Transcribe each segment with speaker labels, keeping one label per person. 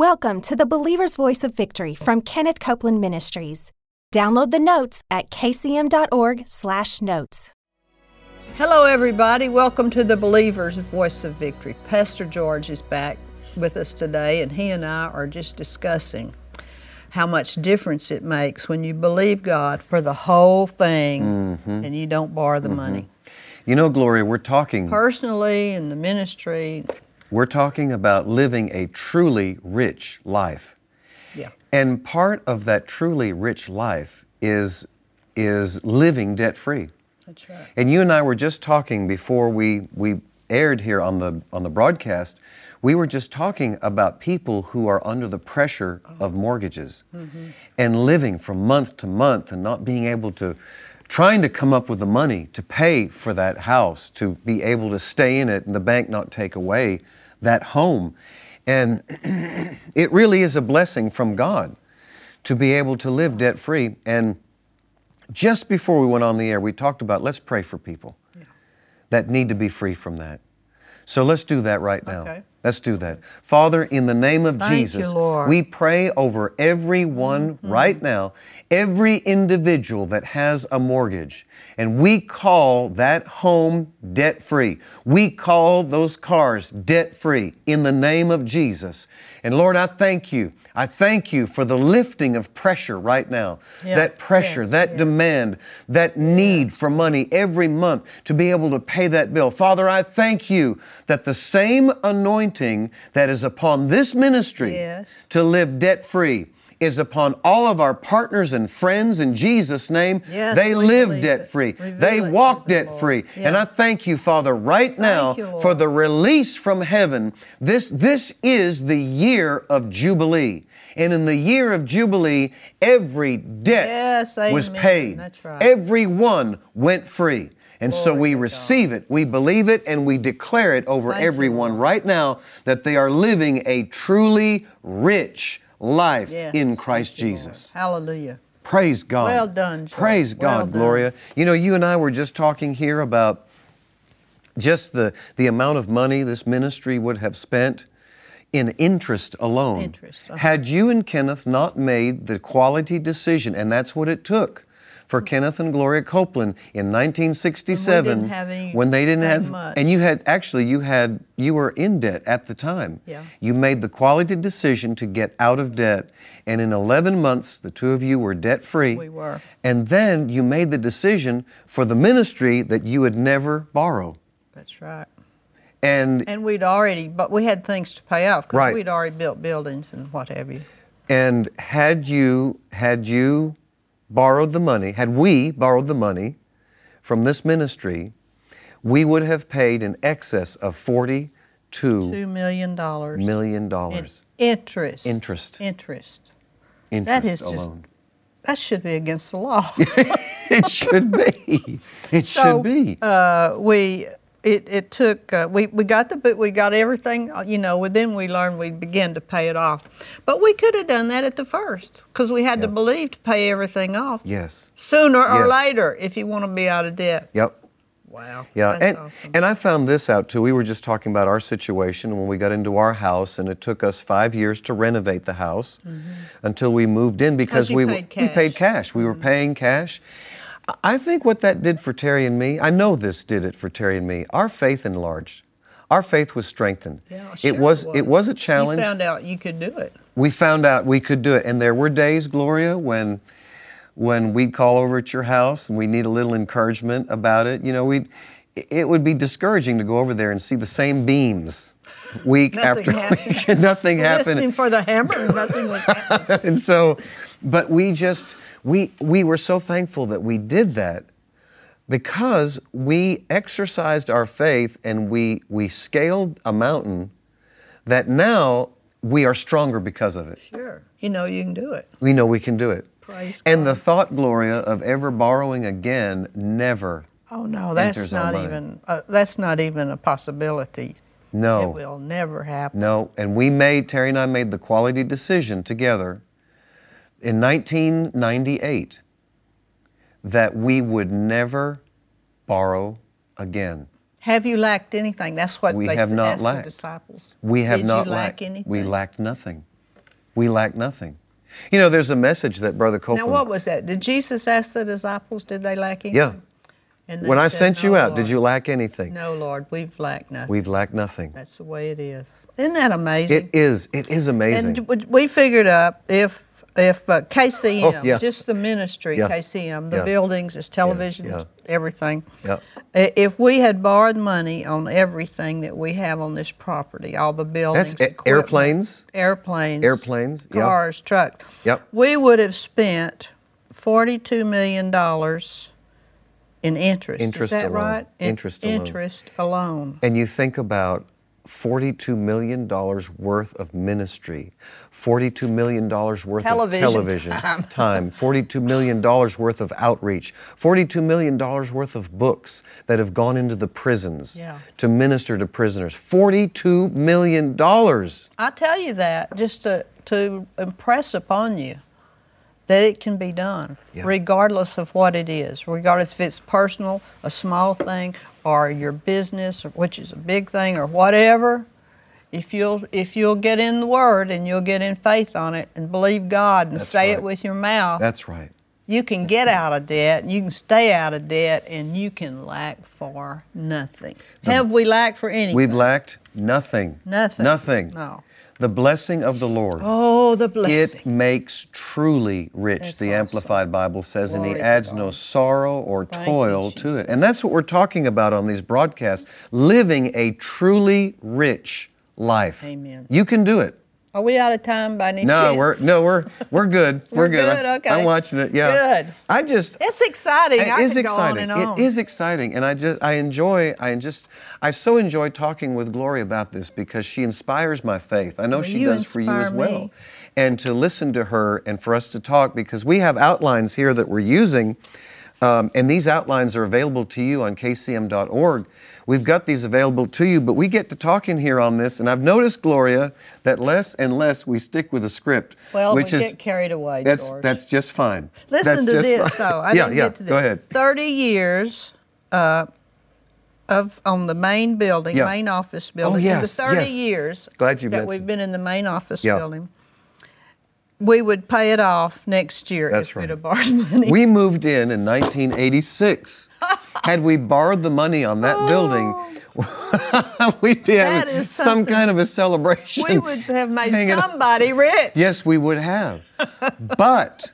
Speaker 1: Welcome to the Believer's Voice of Victory from Kenneth Copeland Ministries. Download the notes at kcm.org/notes.
Speaker 2: Hello, everybody. Welcome to the Believer's Voice of Victory. Pastor George is back with us today, and he and I are just discussing how much difference it makes when you believe God for the whole thing
Speaker 3: Mm-hmm.
Speaker 2: and you don't borrow the money.
Speaker 3: You know, Gloria, we're talking
Speaker 2: Personally, in the ministry,
Speaker 3: we're talking about living a truly rich life.
Speaker 2: yeah,
Speaker 3: And part of that truly rich life is is living debt free.
Speaker 2: that's right.
Speaker 3: And you and I were just talking before we we aired here on the on the broadcast. We were just talking about people who are under the pressure of mortgages and living from month to month and not being able to trying to come up with the money to pay for that house, to be able to stay in it and the bank not take away that home. And it really is a blessing from God to be able to live debt free and just before we went on the air, we talked about let's pray for people that need to be free from that. So let's do that right now.
Speaker 2: Okay.
Speaker 3: Let's do that. Father, in the name of
Speaker 2: Thank you,
Speaker 3: Jesus,
Speaker 2: Lord.
Speaker 3: we pray over everyone
Speaker 2: Mm-hmm.
Speaker 3: right now, every individual that has a mortgage, and we call that home debt free. We call those cars debt free in the name of Jesus. And Lord, I thank you. I thank you for the lifting of pressure right now.
Speaker 2: Yeah.
Speaker 3: That pressure,
Speaker 2: Yes,
Speaker 3: that
Speaker 2: yeah.
Speaker 3: demand, that need for money every month to be able to pay that bill. Father, I thank you that the same anointing that is upon this ministry
Speaker 2: Yes.
Speaker 3: to live debt free is upon all of our partners and friends in Jesus' name.
Speaker 2: Yes,
Speaker 3: they
Speaker 2: we
Speaker 3: live
Speaker 2: believe
Speaker 3: debt
Speaker 2: it.
Speaker 3: free.
Speaker 2: Reveal
Speaker 3: They
Speaker 2: it to them,
Speaker 3: walk debt
Speaker 2: Lord.
Speaker 3: free. And
Speaker 2: Yeah.
Speaker 3: I thank you, Father, right now
Speaker 2: you, Lord.
Speaker 3: for the release from heaven. This, this is the year of Jubilee. And in the year of Jubilee, every debt
Speaker 2: Yes,
Speaker 3: was
Speaker 2: amen.
Speaker 3: paid.
Speaker 2: That's right.
Speaker 3: Everyone went free. And so
Speaker 2: Glory
Speaker 3: we
Speaker 2: to God.
Speaker 3: receive it, we believe it, and we declare it over
Speaker 2: Thank you,
Speaker 3: everyone
Speaker 2: Lord.
Speaker 3: right now that they are living a truly rich life
Speaker 2: Yes.
Speaker 3: in Christ
Speaker 2: Thank you, Lord.
Speaker 3: Jesus.
Speaker 2: Hallelujah.
Speaker 3: Praise God.
Speaker 2: Well done, Joy.
Speaker 3: Praise
Speaker 2: Well
Speaker 3: God,
Speaker 2: done.
Speaker 3: Gloria. You know, you and I were just talking here about just the, the amount of money this ministry would have spent in interest alone.
Speaker 2: Interest, uh-huh.
Speaker 3: Had you and Kenneth not made the quality decision, and that's what it took
Speaker 2: Mm.
Speaker 3: for Kenneth and Gloria Copeland in 1967
Speaker 2: have any-
Speaker 3: when they didn't
Speaker 2: that
Speaker 3: have
Speaker 2: much.
Speaker 3: and you had actually you had you were in debt at the time.
Speaker 2: Yeah.
Speaker 3: You made the quality decision to get out of debt and in 11 months the two of you were debt free.
Speaker 2: We were.
Speaker 3: And then you made the decision for the ministry that you would never borrow.
Speaker 2: That's right.
Speaker 3: And
Speaker 2: And we'd already, but we had things to pay off because
Speaker 3: Right.
Speaker 2: we'd already built buildings and what have you.
Speaker 3: and had you had you borrowed the money, had we borrowed the money from this ministry, we would have paid in excess of 42
Speaker 2: Two million dollars.
Speaker 3: million
Speaker 2: in
Speaker 3: dollars
Speaker 2: interest.
Speaker 3: Interest.
Speaker 2: Interest.
Speaker 3: interest
Speaker 2: That is just
Speaker 3: alone.
Speaker 2: that should be against the law.
Speaker 3: it should be. It
Speaker 2: So,
Speaker 3: should be.
Speaker 2: Uh, we it, it took uh, we, we got the but we got everything uh, you know. well, Then we learned we began to pay it off, but we could have done that at the first because we had to
Speaker 3: Yeah.
Speaker 2: believe to pay everything off
Speaker 3: yes.
Speaker 2: sooner or
Speaker 3: Yes.
Speaker 2: later if you want to be out of debt.
Speaker 3: Yep.
Speaker 2: Wow.
Speaker 3: Yeah,
Speaker 2: That's
Speaker 3: and
Speaker 2: awesome.
Speaker 3: and I found this out too. We were just talking about our situation when we got into our house, and it took us five years to renovate the house until we moved in because
Speaker 2: Mm-hmm. you
Speaker 3: we were-
Speaker 2: paid
Speaker 3: we paid
Speaker 2: cash. Mm-hmm.
Speaker 3: cash. We were paying cash. I- I think what that did for Terry and me. I know this did it for Terry and me. Our faith enlarged. Our faith was strengthened.
Speaker 2: Yeah,
Speaker 3: it
Speaker 2: sure
Speaker 3: was it was a challenge
Speaker 2: You found out you could do it.
Speaker 3: we found out we could do it. And there were days, Gloria, when when we'd call over at your house and we need a little encouragement about it. You know, we it would be discouraging to go over there and see the same beams week
Speaker 2: Nothing
Speaker 3: after week and nothing
Speaker 2: Listening
Speaker 3: happened.
Speaker 2: for the hammer, and nothing was happening.
Speaker 3: And so, but we just we we were so thankful that we did that because we exercised our faith and we we scaled a mountain that now we are stronger because of it.
Speaker 2: Sure, you know you can do it.
Speaker 3: We know we can do it.
Speaker 2: Praise
Speaker 3: and the thought, Gloria, of ever borrowing again never.
Speaker 2: Oh no, that's
Speaker 3: enters our
Speaker 2: not
Speaker 3: mind.
Speaker 2: even uh, that's not even a possibility.
Speaker 3: No.
Speaker 2: It will never happen.
Speaker 3: No. And we made, Terry and I made the quality decision together in 1998 that we would never borrow again.
Speaker 2: Have you lacked anything? That's what
Speaker 3: We
Speaker 2: they
Speaker 3: have
Speaker 2: said-
Speaker 3: not
Speaker 2: asked
Speaker 3: lacked.
Speaker 2: the disciples.
Speaker 3: We have
Speaker 2: Did
Speaker 3: not
Speaker 2: you lack
Speaker 3: lacked.
Speaker 2: anything?
Speaker 3: We lacked nothing. we lack nothing. You know, there's a message that Brother
Speaker 2: Now,
Speaker 3: Copeland.
Speaker 2: what was that? Did Jesus ask the disciples, did they lack anything?
Speaker 3: yeah.
Speaker 2: And they
Speaker 3: When I
Speaker 2: said,
Speaker 3: sent you
Speaker 2: "No,
Speaker 3: out,
Speaker 2: Lord."
Speaker 3: did you lack anything?
Speaker 2: No, Lord, we've lacked nothing.
Speaker 3: We've lacked nothing.
Speaker 2: That's the way it is. Isn't that amazing?
Speaker 3: It is. It is amazing.
Speaker 2: And w- we figured up if if uh, KCM,
Speaker 3: Oh, yeah.
Speaker 2: just the ministry,
Speaker 3: Yeah.
Speaker 2: KCM, the
Speaker 3: Yeah.
Speaker 2: buildings, its television,
Speaker 3: yeah.
Speaker 2: everything.
Speaker 3: Yeah.
Speaker 2: i- If we had borrowed money on everything that we have on this property, all the buildings,
Speaker 3: That's a-
Speaker 2: equipment,
Speaker 3: airplanes.
Speaker 2: airplanes,
Speaker 3: Airplanes, yeah.
Speaker 2: cars, trucks,
Speaker 3: Yep.
Speaker 2: we would have spent forty-two million dollars in interest.
Speaker 3: Interest
Speaker 2: is that
Speaker 3: alone.
Speaker 2: right? In-
Speaker 3: Interest alone.
Speaker 2: Interest alone.
Speaker 3: And you think about $42 million worth of ministry, $42 million worth
Speaker 2: Television
Speaker 3: of television
Speaker 2: time.
Speaker 3: $42 million worth of outreach, $42 million worth of books that have gone into the prisons
Speaker 2: Yeah.
Speaker 3: to minister to prisoners. $42 million.
Speaker 2: I tell you that just to, to impress upon you that it can be done,
Speaker 3: Yeah.
Speaker 2: regardless of what it is, regardless if it's personal, a small thing, or your business, or which is a big thing, or whatever. If you'll if you'll get in the word and you'll get in faith on it and believe God and
Speaker 3: That's
Speaker 2: say it
Speaker 3: right.
Speaker 2: with your mouth,
Speaker 3: That's right.
Speaker 2: you can get out of debt, you can stay out of debt, and you can lack for nothing. Have we lacked for anything?
Speaker 3: We've lacked nothing.
Speaker 2: Nothing.
Speaker 3: Nothing.
Speaker 2: No.
Speaker 3: The blessing of the Lord.
Speaker 2: oh, the blessing.
Speaker 3: It makes truly rich,
Speaker 2: That's
Speaker 3: the
Speaker 2: awesome.
Speaker 3: Amplified Bible says, and he
Speaker 2: Glory to
Speaker 3: adds
Speaker 2: God.
Speaker 3: no sorrow or
Speaker 2: Thank you,
Speaker 3: toil to it. And that's what we're talking about on these broadcasts living a truly rich life.
Speaker 2: Amen.
Speaker 3: You can do it.
Speaker 2: Are we out of time by any
Speaker 3: No,
Speaker 2: chance?
Speaker 3: we're no, we're we're good. We're,
Speaker 2: We're
Speaker 3: I-
Speaker 2: good, okay.
Speaker 3: I'm watching it. Yeah.
Speaker 2: Good.
Speaker 3: I just
Speaker 2: It's exciting.
Speaker 3: it
Speaker 2: I
Speaker 3: is
Speaker 2: could
Speaker 3: exciting.
Speaker 2: go on and on.
Speaker 3: It is exciting, and I just I enjoy. I just I so enjoy talking with Glory about this because she inspires my faith. I know
Speaker 2: Well,
Speaker 3: she
Speaker 2: you
Speaker 3: does for you as
Speaker 2: inspire
Speaker 3: well.
Speaker 2: me.
Speaker 3: And to listen to her and for us to talk because we have outlines here that we're using. Um, and these outlines are available to you on kcm.org. We've got these available to you, but we get to talking here on this. And I've noticed, Gloria, that less and less we stick with the script.
Speaker 2: Well,
Speaker 3: which
Speaker 2: we
Speaker 3: is,
Speaker 2: get carried away,
Speaker 3: That's
Speaker 2: George.
Speaker 3: that's just fine.
Speaker 2: Listen
Speaker 3: That's
Speaker 2: to
Speaker 3: just
Speaker 2: this,
Speaker 3: fine.
Speaker 2: though. I
Speaker 3: yeah,
Speaker 2: didn't
Speaker 3: yeah.
Speaker 2: get to this.
Speaker 3: Go ahead.
Speaker 2: 30 years uh, of on the main building,
Speaker 3: Yeah. Oh,
Speaker 2: main office building. in the
Speaker 3: yes,
Speaker 2: 30
Speaker 3: yes.
Speaker 2: years
Speaker 3: Glad you
Speaker 2: that
Speaker 3: mentioned.
Speaker 2: we've been in the main office
Speaker 3: Yeah.
Speaker 2: building, we would pay it off next year
Speaker 3: That's
Speaker 2: if
Speaker 3: right.
Speaker 2: we'd have borrowed money.
Speaker 3: We moved in in 1986. Had we borrowed the money on that building, we'd be
Speaker 2: Oh. That
Speaker 3: having
Speaker 2: is
Speaker 3: some
Speaker 2: something.
Speaker 3: kind of a celebration.
Speaker 2: We would have made
Speaker 3: Hang it up.
Speaker 2: somebody rich.
Speaker 3: Yes, we would have. But,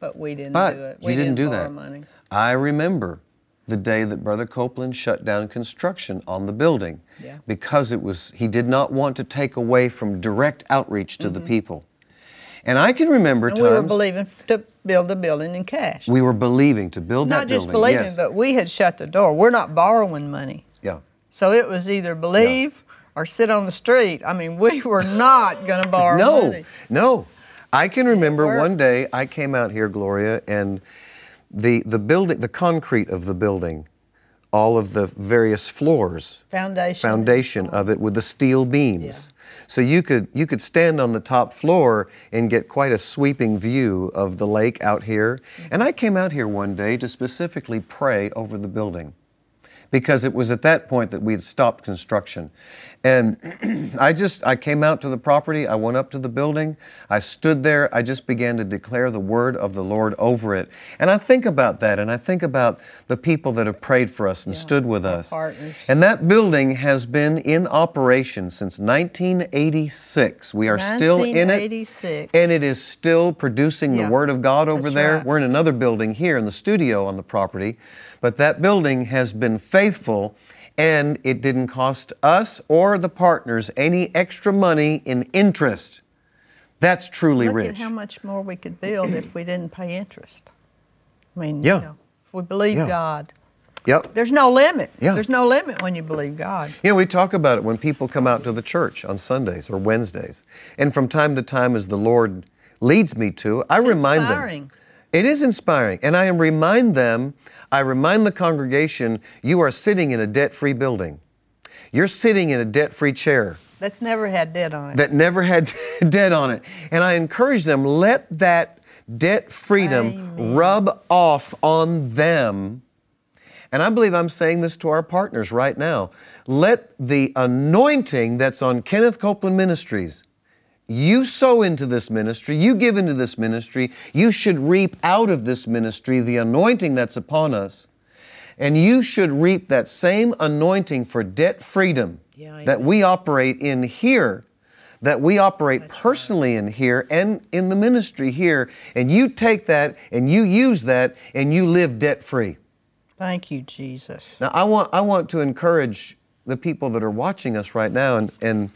Speaker 2: But we didn't
Speaker 3: but
Speaker 2: do it.
Speaker 3: you
Speaker 2: We
Speaker 3: didn't, do
Speaker 2: borrow
Speaker 3: that.
Speaker 2: money.
Speaker 3: I remember the day that Brother Copeland shut down construction on the building
Speaker 2: Yeah.
Speaker 3: because it was he did not want to take away from direct outreach to the people. And I can remember
Speaker 2: Mm-hmm. And we
Speaker 3: times
Speaker 2: were believing to build a building in cash.
Speaker 3: we were believing to build
Speaker 2: Not
Speaker 3: that
Speaker 2: just
Speaker 3: building.
Speaker 2: believing,
Speaker 3: yes.
Speaker 2: but we had shut the door. We're not borrowing money.
Speaker 3: yeah.
Speaker 2: So it was either believe or sit on the street. I mean, we were not going to borrow
Speaker 3: no,
Speaker 2: money.
Speaker 3: No, I can remember one
Speaker 2: worked.
Speaker 3: day I came out here, Gloria, and the the building, the concrete of the building, all of the various floors,
Speaker 2: Foundation.
Speaker 3: foundation of it with the steel beams. So you could you could stand on the top floor and get quite a sweeping view of the lake out here. And I came out here one day to specifically pray over the building. Because it was at that point that we had stopped construction. And I just I came out to the property, I went up to the building, I stood there, I just began to declare the word of the Lord over it. And I think about that and I think about the people that have prayed for us and stood with us.
Speaker 2: partners.
Speaker 3: And that building has been in operation since 1986. We are still in it.
Speaker 2: 1986.
Speaker 3: And it is still producing the
Speaker 2: Yeah,
Speaker 3: Word of God over
Speaker 2: that's
Speaker 3: there.
Speaker 2: right.
Speaker 3: We're in another building here in the studio on the property, but that building has been faithful and it didn't cost us or the partners any extra money in interest. That's truly
Speaker 2: Look at
Speaker 3: rich.
Speaker 2: how much more we could build if we didn't pay interest. I mean,
Speaker 3: Yeah.
Speaker 2: you know, if we believe
Speaker 3: Yeah.
Speaker 2: God.
Speaker 3: yep.
Speaker 2: There's no limit.
Speaker 3: Yeah.
Speaker 2: There's no limit when you believe God.
Speaker 3: You know, we talk about it when people come out to the church on Sundays or Wednesdays. And from time to time, as the Lord leads me to, I
Speaker 2: It's
Speaker 3: remind
Speaker 2: inspiring.
Speaker 3: them. It is inspiring. And I remind them, I remind the congregation, you are sitting in a debt free building. You're sitting in a debt free chair
Speaker 2: That's never had debt on it.
Speaker 3: that never had debt on it. And I encourage them, let that debt freedom rub off on them. And I believe I'm saying this to our partners right now. Let the anointing that's on Kenneth Copeland Ministries You sow into this ministry, you give into this ministry, you should reap out of this ministry the anointing that's upon us. And you should reap that same anointing for debt freedom
Speaker 2: Yeah, I
Speaker 3: that we operate in here, that we operate personally in here and in the ministry here. And you take that and you use that and you live debt free.
Speaker 2: Thank you, Jesus.
Speaker 3: Now, I want, I want to encourage the people that are watching us right now, and, and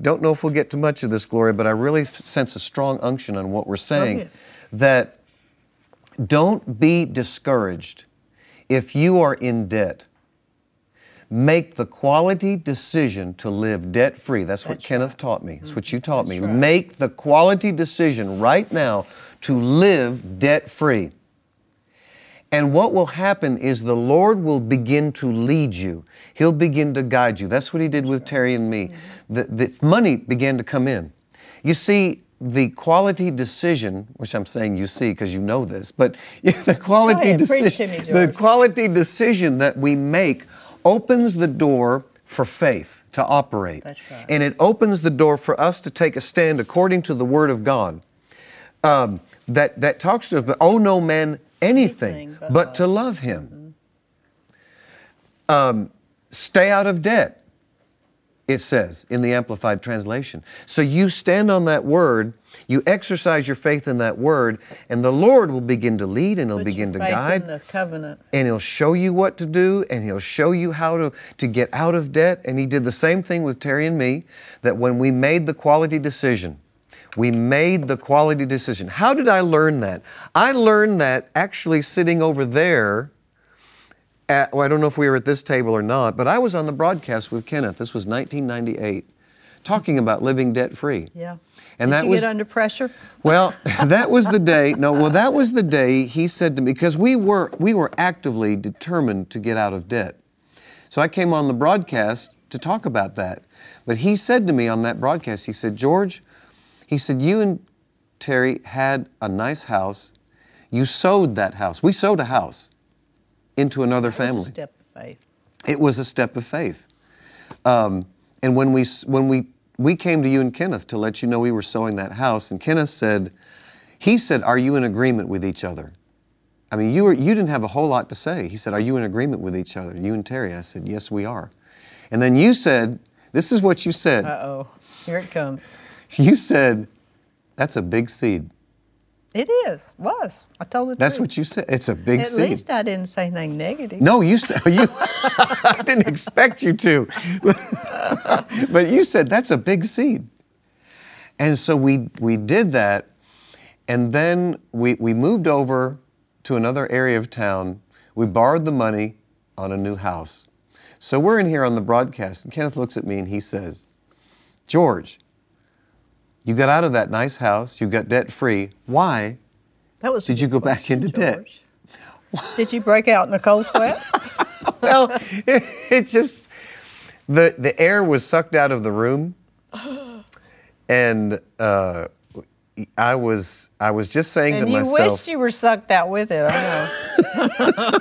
Speaker 3: don't know if we'll get to much of this, Gloria, but I really f- sense a strong unction on what we're saying
Speaker 2: yeah.
Speaker 3: that don't be discouraged if you are in debt. Make the quality decision to live debt free. That's what Kenneth taught me. That's
Speaker 2: Mm-hmm.
Speaker 3: what you taught me. Make the quality decision right now to live debt free. And what will happen is the Lord will begin to lead you. He'll begin to guide you. That's what He did with Terry and me.
Speaker 2: Mm-hmm.
Speaker 3: The, the money began to come in. You see, the quality decision, which I'm saying you see because you know this, but the quality
Speaker 2: ahead, preach to
Speaker 3: decision,
Speaker 2: me,
Speaker 3: the
Speaker 2: George.
Speaker 3: quality decision that we make opens the door for faith to operate,
Speaker 2: That's right.
Speaker 3: and it opens the door for us to take a stand according to the Word of God um, that, that talks to us, but owe no man anything,
Speaker 2: Anything
Speaker 3: but,
Speaker 2: but
Speaker 3: to love him. Um,
Speaker 2: Mm-hmm.
Speaker 3: stay out of debt, it says in the Amplified Translation. So you stand on that word, you exercise your faith in that word, and the Lord will begin to lead and he'll
Speaker 2: Put your
Speaker 3: begin to
Speaker 2: faith
Speaker 3: guide
Speaker 2: in the covenant.
Speaker 3: and he'll show you what to do and he'll show you how to, to get out of debt and he did the same thing with terry and me that when we made the quality decision we made the quality decision how did i learn that i learned that actually sitting over there at, well, i don't know if we were at this table or not but i was on the broadcast with kenneth this was 1998 talking about living debt free
Speaker 2: Yeah.
Speaker 3: and
Speaker 2: Did
Speaker 3: that
Speaker 2: you
Speaker 3: was
Speaker 2: get under pressure?
Speaker 3: well, that was the day. No, well, that was the day he said to me because we were we were actively determined to get out of debt. So I came on the broadcast to talk about that. But he said to me on that broadcast, he said, "George, he said you and Terry had a nice house. You sold that house. We sold a house into another
Speaker 2: That was a
Speaker 3: family.
Speaker 2: step of faith.
Speaker 3: It was a step of faith. Um, and when we s- when we we came to you and Kenneth to let you know we were sewing that house, and Kenneth said, he said, "Are you in agreement with each other?" I mean, you were you didn't have a whole lot to say. He said, "Are you in agreement with each other?" You and Terry. I said, "Yes, we are." And then you said, "This is what you said."
Speaker 2: Uh-oh. Here it comes.
Speaker 3: You said, "That's a big seed."
Speaker 2: It is. Was. I told the
Speaker 3: That's
Speaker 2: truth.
Speaker 3: what you said. It's a big
Speaker 2: At
Speaker 3: seed.
Speaker 2: least I didn't say anything negative.
Speaker 3: No, you said you. I didn't expect you to, but you said that's a big seed, and so we we did that, and then we we moved over to another area of town. We borrowed the money on a new house, so we're in here on the broadcast, and Kenneth looks at me and he says, "George, you got out of that nice house. You got debt free. Why
Speaker 2: That was a
Speaker 3: did you
Speaker 2: good
Speaker 3: go back
Speaker 2: question,
Speaker 3: into debt?
Speaker 2: George. Did you break out in a cold sweat?
Speaker 3: well, it, it just the the air was sucked out of the room, and uh, I was I was just saying
Speaker 2: and
Speaker 3: to
Speaker 2: you
Speaker 3: myself,
Speaker 2: wished you were sucked out with it. I know.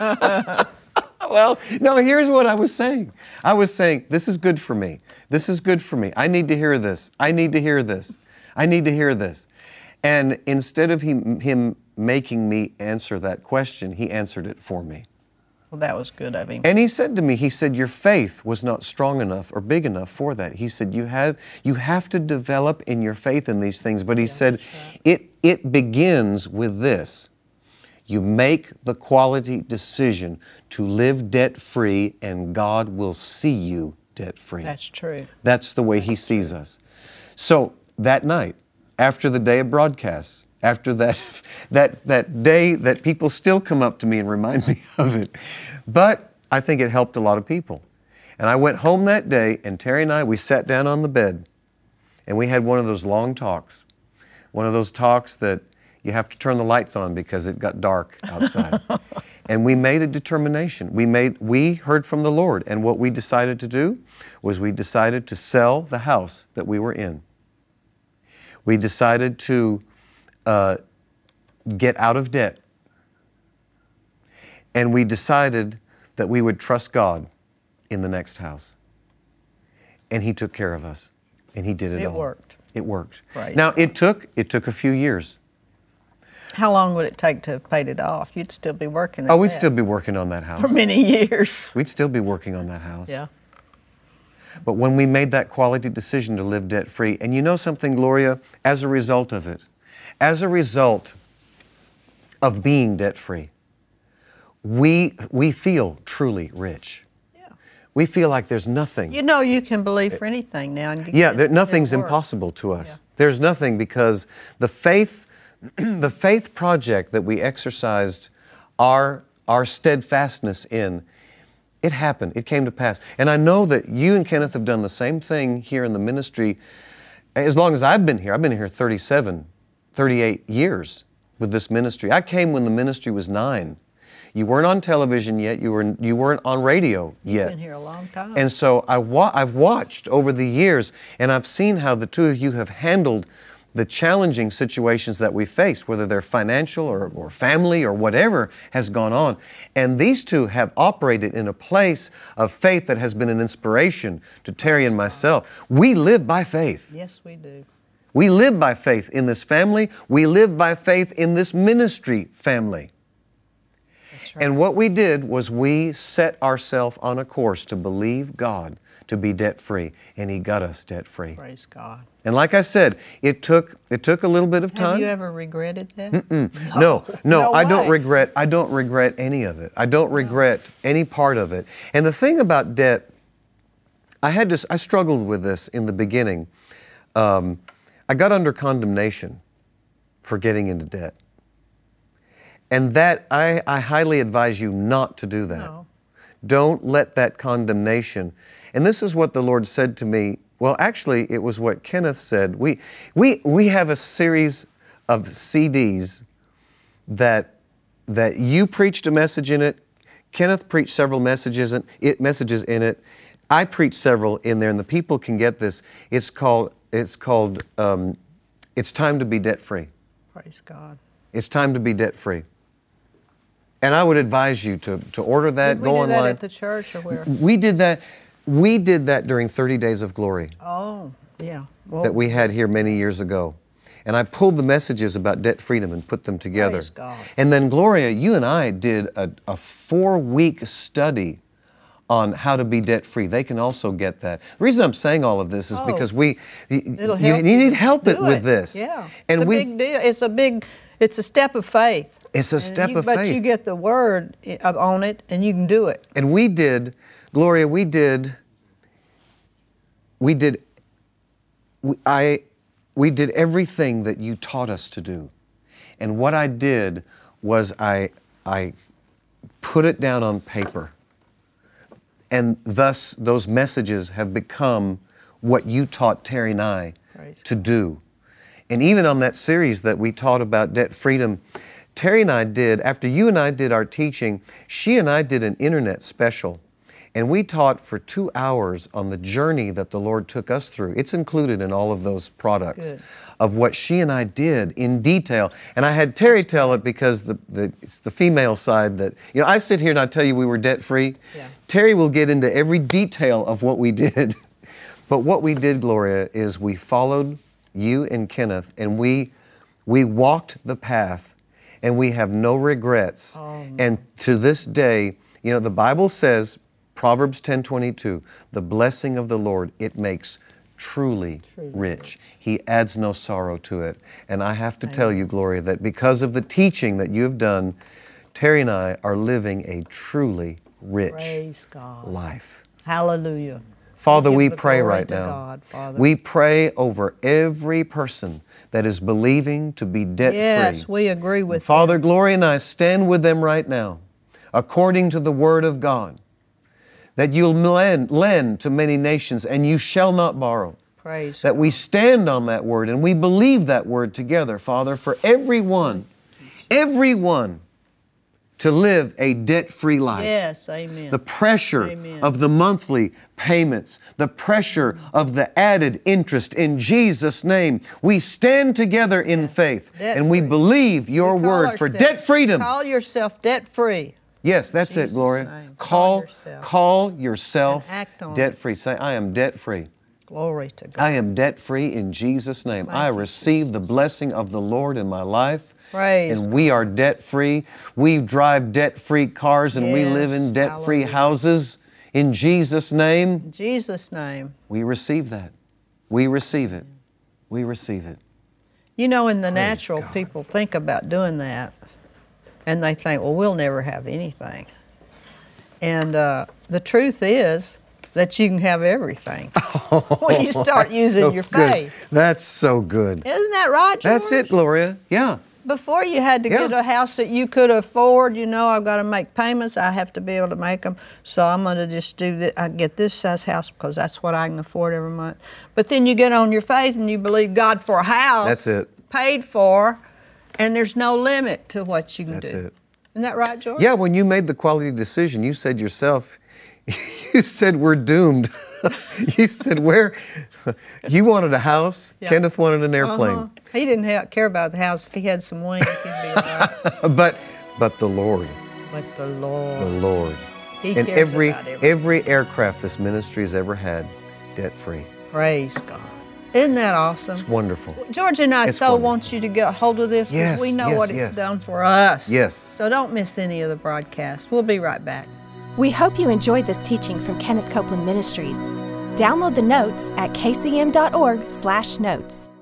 Speaker 3: well, no. Here's what I was saying. I was saying this is good for me. This is good for me. I need to hear this. I need to hear this. I need to hear this. And instead of him, him making me answer that question, he answered it for me.
Speaker 2: Well, that was good of him.
Speaker 3: And he said to me, he said, your faith was not strong enough or big enough for that. He said, you have you have to develop in your faith in these things. But he said, it it begins with this. You make the quality decision to live debt free, and God will see you debt free.
Speaker 2: That's true.
Speaker 3: That's the way he sees us. So that night, after the day of broadcasts, after that, that, that day that people still come up to me and remind me of it, but I think it helped a lot of people. And I went home that day, and Terry and I, we sat down on the bed and we had one of those long talks, one of those talks that you have to turn the lights on because it got dark outside. and we made a determination. We made we heard from the Lord, and what we decided to do was we decided to sell the house that we were in. We decided to uh, get out of debt, and we decided that we would trust God in the next house. And He took care of us, and He did it,
Speaker 2: It
Speaker 3: all.
Speaker 2: worked.
Speaker 3: It worked.
Speaker 2: Right.
Speaker 3: Now it took it took a few years.
Speaker 2: How long would it take to have paid it off? You'd still be working. At
Speaker 3: Oh, we'd
Speaker 2: that
Speaker 3: still be working on that
Speaker 2: for
Speaker 3: house.
Speaker 2: many years.
Speaker 3: We'd still be working on that house.
Speaker 2: Yeah.
Speaker 3: But when we made that quality decision to live debt free, and you know something, Gloria, as a result of it, as a result of being debt free, we, we feel truly rich.
Speaker 2: Yeah.
Speaker 3: We feel like there's nothing.
Speaker 2: You know, you can believe for anything now. And you
Speaker 3: yeah,
Speaker 2: can-
Speaker 3: there, nothing's
Speaker 2: it'll work.
Speaker 3: impossible to us.
Speaker 2: Yeah.
Speaker 3: There's nothing because the faith, the faith project that we exercised our, our steadfastness in, it happened. It came to pass. And I know that you and Kenneth have done the same thing here in the ministry as long as I've been here. I've been here 37, 38 years with this ministry. I came when the ministry was nine. You weren't on television yet. You, were, you weren't on radio yet.
Speaker 2: Been here a long time.
Speaker 3: And so I wa- I've watched over the years and I've seen how the two of you have handled the challenging situations that we face, whether they're financial or, or family or whatever has gone on. And these two have operated in a place of faith that has been an inspiration to Terry and myself. We live by faith.
Speaker 2: yes, we do.
Speaker 3: We live by faith in this family. We live by faith in this ministry family. And what we did was we set ourselves on a course to believe God to be debt free, and He got us debt free.
Speaker 2: Praise God.
Speaker 3: And like I said, it took it took a little bit of
Speaker 2: Have
Speaker 3: time.
Speaker 2: you ever regretted that?
Speaker 3: No, no,
Speaker 2: No
Speaker 3: I don't
Speaker 2: way.
Speaker 3: regret. I don't regret any of it. I don't regret any part of it. And the thing about debt, I had to. I struggled with this in the beginning. Um, I got under condemnation for getting into debt, and that I, I highly advise you not to do that.
Speaker 2: No.
Speaker 3: Don't let that condemnation. And this is what the Lord said to me. Well, actually, it was what Kenneth said. We, we, we have a series of CDs that that you preached a message in it. Kenneth preached several messages in it messages in it. I preached several in there, and the people can get this. It's called it's called um, it's time to be debt free.
Speaker 2: Praise God.
Speaker 3: It's time to be debt free. And I would advise you to to order that.
Speaker 2: Did we
Speaker 3: go
Speaker 2: do
Speaker 3: online.
Speaker 2: that at the church or where?
Speaker 3: we did that. We did that during 30 Days of Glory
Speaker 2: Oh, yeah. Well,
Speaker 3: that we had here many years ago. And I pulled the messages about debt freedom and put them together.
Speaker 2: Praise God.
Speaker 3: And then, Gloria, you and I did a, a four week study on how to be debt free. They can also get that. The reason I'm saying all of this is
Speaker 2: Oh.
Speaker 3: because we, y-
Speaker 2: it'll
Speaker 3: you,
Speaker 2: help
Speaker 3: you need help
Speaker 2: do
Speaker 3: it with this.
Speaker 2: Yeah.
Speaker 3: And
Speaker 2: it's a
Speaker 3: we,
Speaker 2: big deal. It's a big. It's a step of faith.
Speaker 3: it's a
Speaker 2: And
Speaker 3: step
Speaker 2: you-
Speaker 3: of
Speaker 2: but
Speaker 3: faith.
Speaker 2: you get the word i- up on it, and you can do it.
Speaker 3: And we did, Gloria, we did, we did, we, I, we did everything that you taught us to do. And what I did was I, I put it down on paper. And thus, those messages have become what you taught Terry and I
Speaker 2: Praise
Speaker 3: to do. And even on that series that we taught about debt freedom, Terry and I did, after you and I did our teaching, she and I did an internet special. And we taught for two hours on the journey that the Lord took us through. It's included in all of those products
Speaker 2: Good.
Speaker 3: of what she and I did in detail. And I had Terry tell it because the, the, it's the female side that, you know, I sit here and I tell you we were debt free.
Speaker 2: Yeah.
Speaker 3: Terry will get into every detail of what we did. but what we did, Gloria, is we followed you and Kenneth and we, we walked the path and we have no regrets. And to this day, you know, the Bible says, Proverbs 10:22, the blessing of the Lord, it makes truly rich. He adds no sorrow to it. And I have to tell you, Gloria, that because of the teaching that you have done, Terry and I are living a truly rich
Speaker 2: Praise God.
Speaker 3: life.
Speaker 2: Hallelujah.
Speaker 3: Father,
Speaker 2: give
Speaker 3: we
Speaker 2: the
Speaker 3: pray
Speaker 2: glory
Speaker 3: right
Speaker 2: to
Speaker 3: now.
Speaker 2: God, Father.
Speaker 3: we pray over every person that is believing to be debt free.
Speaker 2: Yes, we agree with
Speaker 3: Father, Glory and I stand with them right now, according to the Word of God, that you'll lend, lend to many nations and you shall not borrow.
Speaker 2: Praise.
Speaker 3: That we stand on that Word and we believe that Word together, Father, for everyone, everyone to live a debt free life.
Speaker 2: Yes, amen.
Speaker 3: The pressure
Speaker 2: Amen.
Speaker 3: of the monthly payments, the pressure of the added interest in Jesus' name. We stand together in faith and we
Speaker 2: Debt-free.
Speaker 3: believe your
Speaker 2: Call
Speaker 3: word for
Speaker 2: ourselves-
Speaker 3: debt freedom.
Speaker 2: Call yourself debt free.
Speaker 3: yes, that's it,
Speaker 2: Jesus'
Speaker 3: Gloria.
Speaker 2: name. Call
Speaker 3: Call
Speaker 2: yourself.
Speaker 3: call yourself
Speaker 2: And act on it.
Speaker 3: debt free. Say, I am debt free.
Speaker 2: Glory to God.
Speaker 3: I am debt free in Jesus' name. I receive the blessing of the Lord in my life.
Speaker 2: Praise
Speaker 3: and we are debt free. We drive debt free cars and we live
Speaker 2: Yes,
Speaker 3: in debt free
Speaker 2: hallelujah.
Speaker 3: houses. In Jesus' name,
Speaker 2: In Jesus' name.
Speaker 3: we receive that. We receive it. We receive it.
Speaker 2: You know, in the natural, people think about doing that and they think, well, we'll never have anything. And uh, the truth is that you can have everything when you start using
Speaker 3: So
Speaker 2: your
Speaker 3: good.
Speaker 2: faith.
Speaker 3: That's so good.
Speaker 2: Isn't that right?
Speaker 3: That's
Speaker 2: George?
Speaker 3: it, Gloria. Yeah.
Speaker 2: Before you had to
Speaker 3: Yeah.
Speaker 2: get a house that you could afford, you know, I've got to make payments. I have to be able to make them. So I'm going to just do that. I get this size house because that's what I can afford every month. But then you get on your faith and you believe God for a house.
Speaker 3: That's it.
Speaker 2: Paid for, and there's no limit to what you can
Speaker 3: That's
Speaker 2: do.
Speaker 3: it.
Speaker 2: Isn't that right, George?
Speaker 3: Yeah, when you made the quality decision, you said yourself, you said we're doomed. you said where you wanted a house,
Speaker 2: Yeah.
Speaker 3: Kenneth wanted an airplane.
Speaker 2: Uh-huh. He didn't ha- care about the house. If he had some wings, he'd be all right.
Speaker 3: But but the Lord,
Speaker 2: But the
Speaker 3: the
Speaker 2: Lord.
Speaker 3: Lord.
Speaker 2: He
Speaker 3: and
Speaker 2: cares
Speaker 3: every
Speaker 2: about everything.
Speaker 3: every aircraft this ministry has ever had, debt free.
Speaker 2: Praise God. Isn't that awesome?
Speaker 3: It's wonderful.
Speaker 2: George and I
Speaker 3: It's
Speaker 2: so
Speaker 3: wonderful.
Speaker 2: want you to get a hold of this because
Speaker 3: Yes,
Speaker 2: we know
Speaker 3: yes,
Speaker 2: what it's
Speaker 3: yes.
Speaker 2: done for us.
Speaker 3: Yes.
Speaker 2: So don't miss any of the broadcasts. We'll be right back.
Speaker 1: We hope you enjoyed this teaching from Kenneth Copeland Ministries. Download the notes at kcm.org/notes.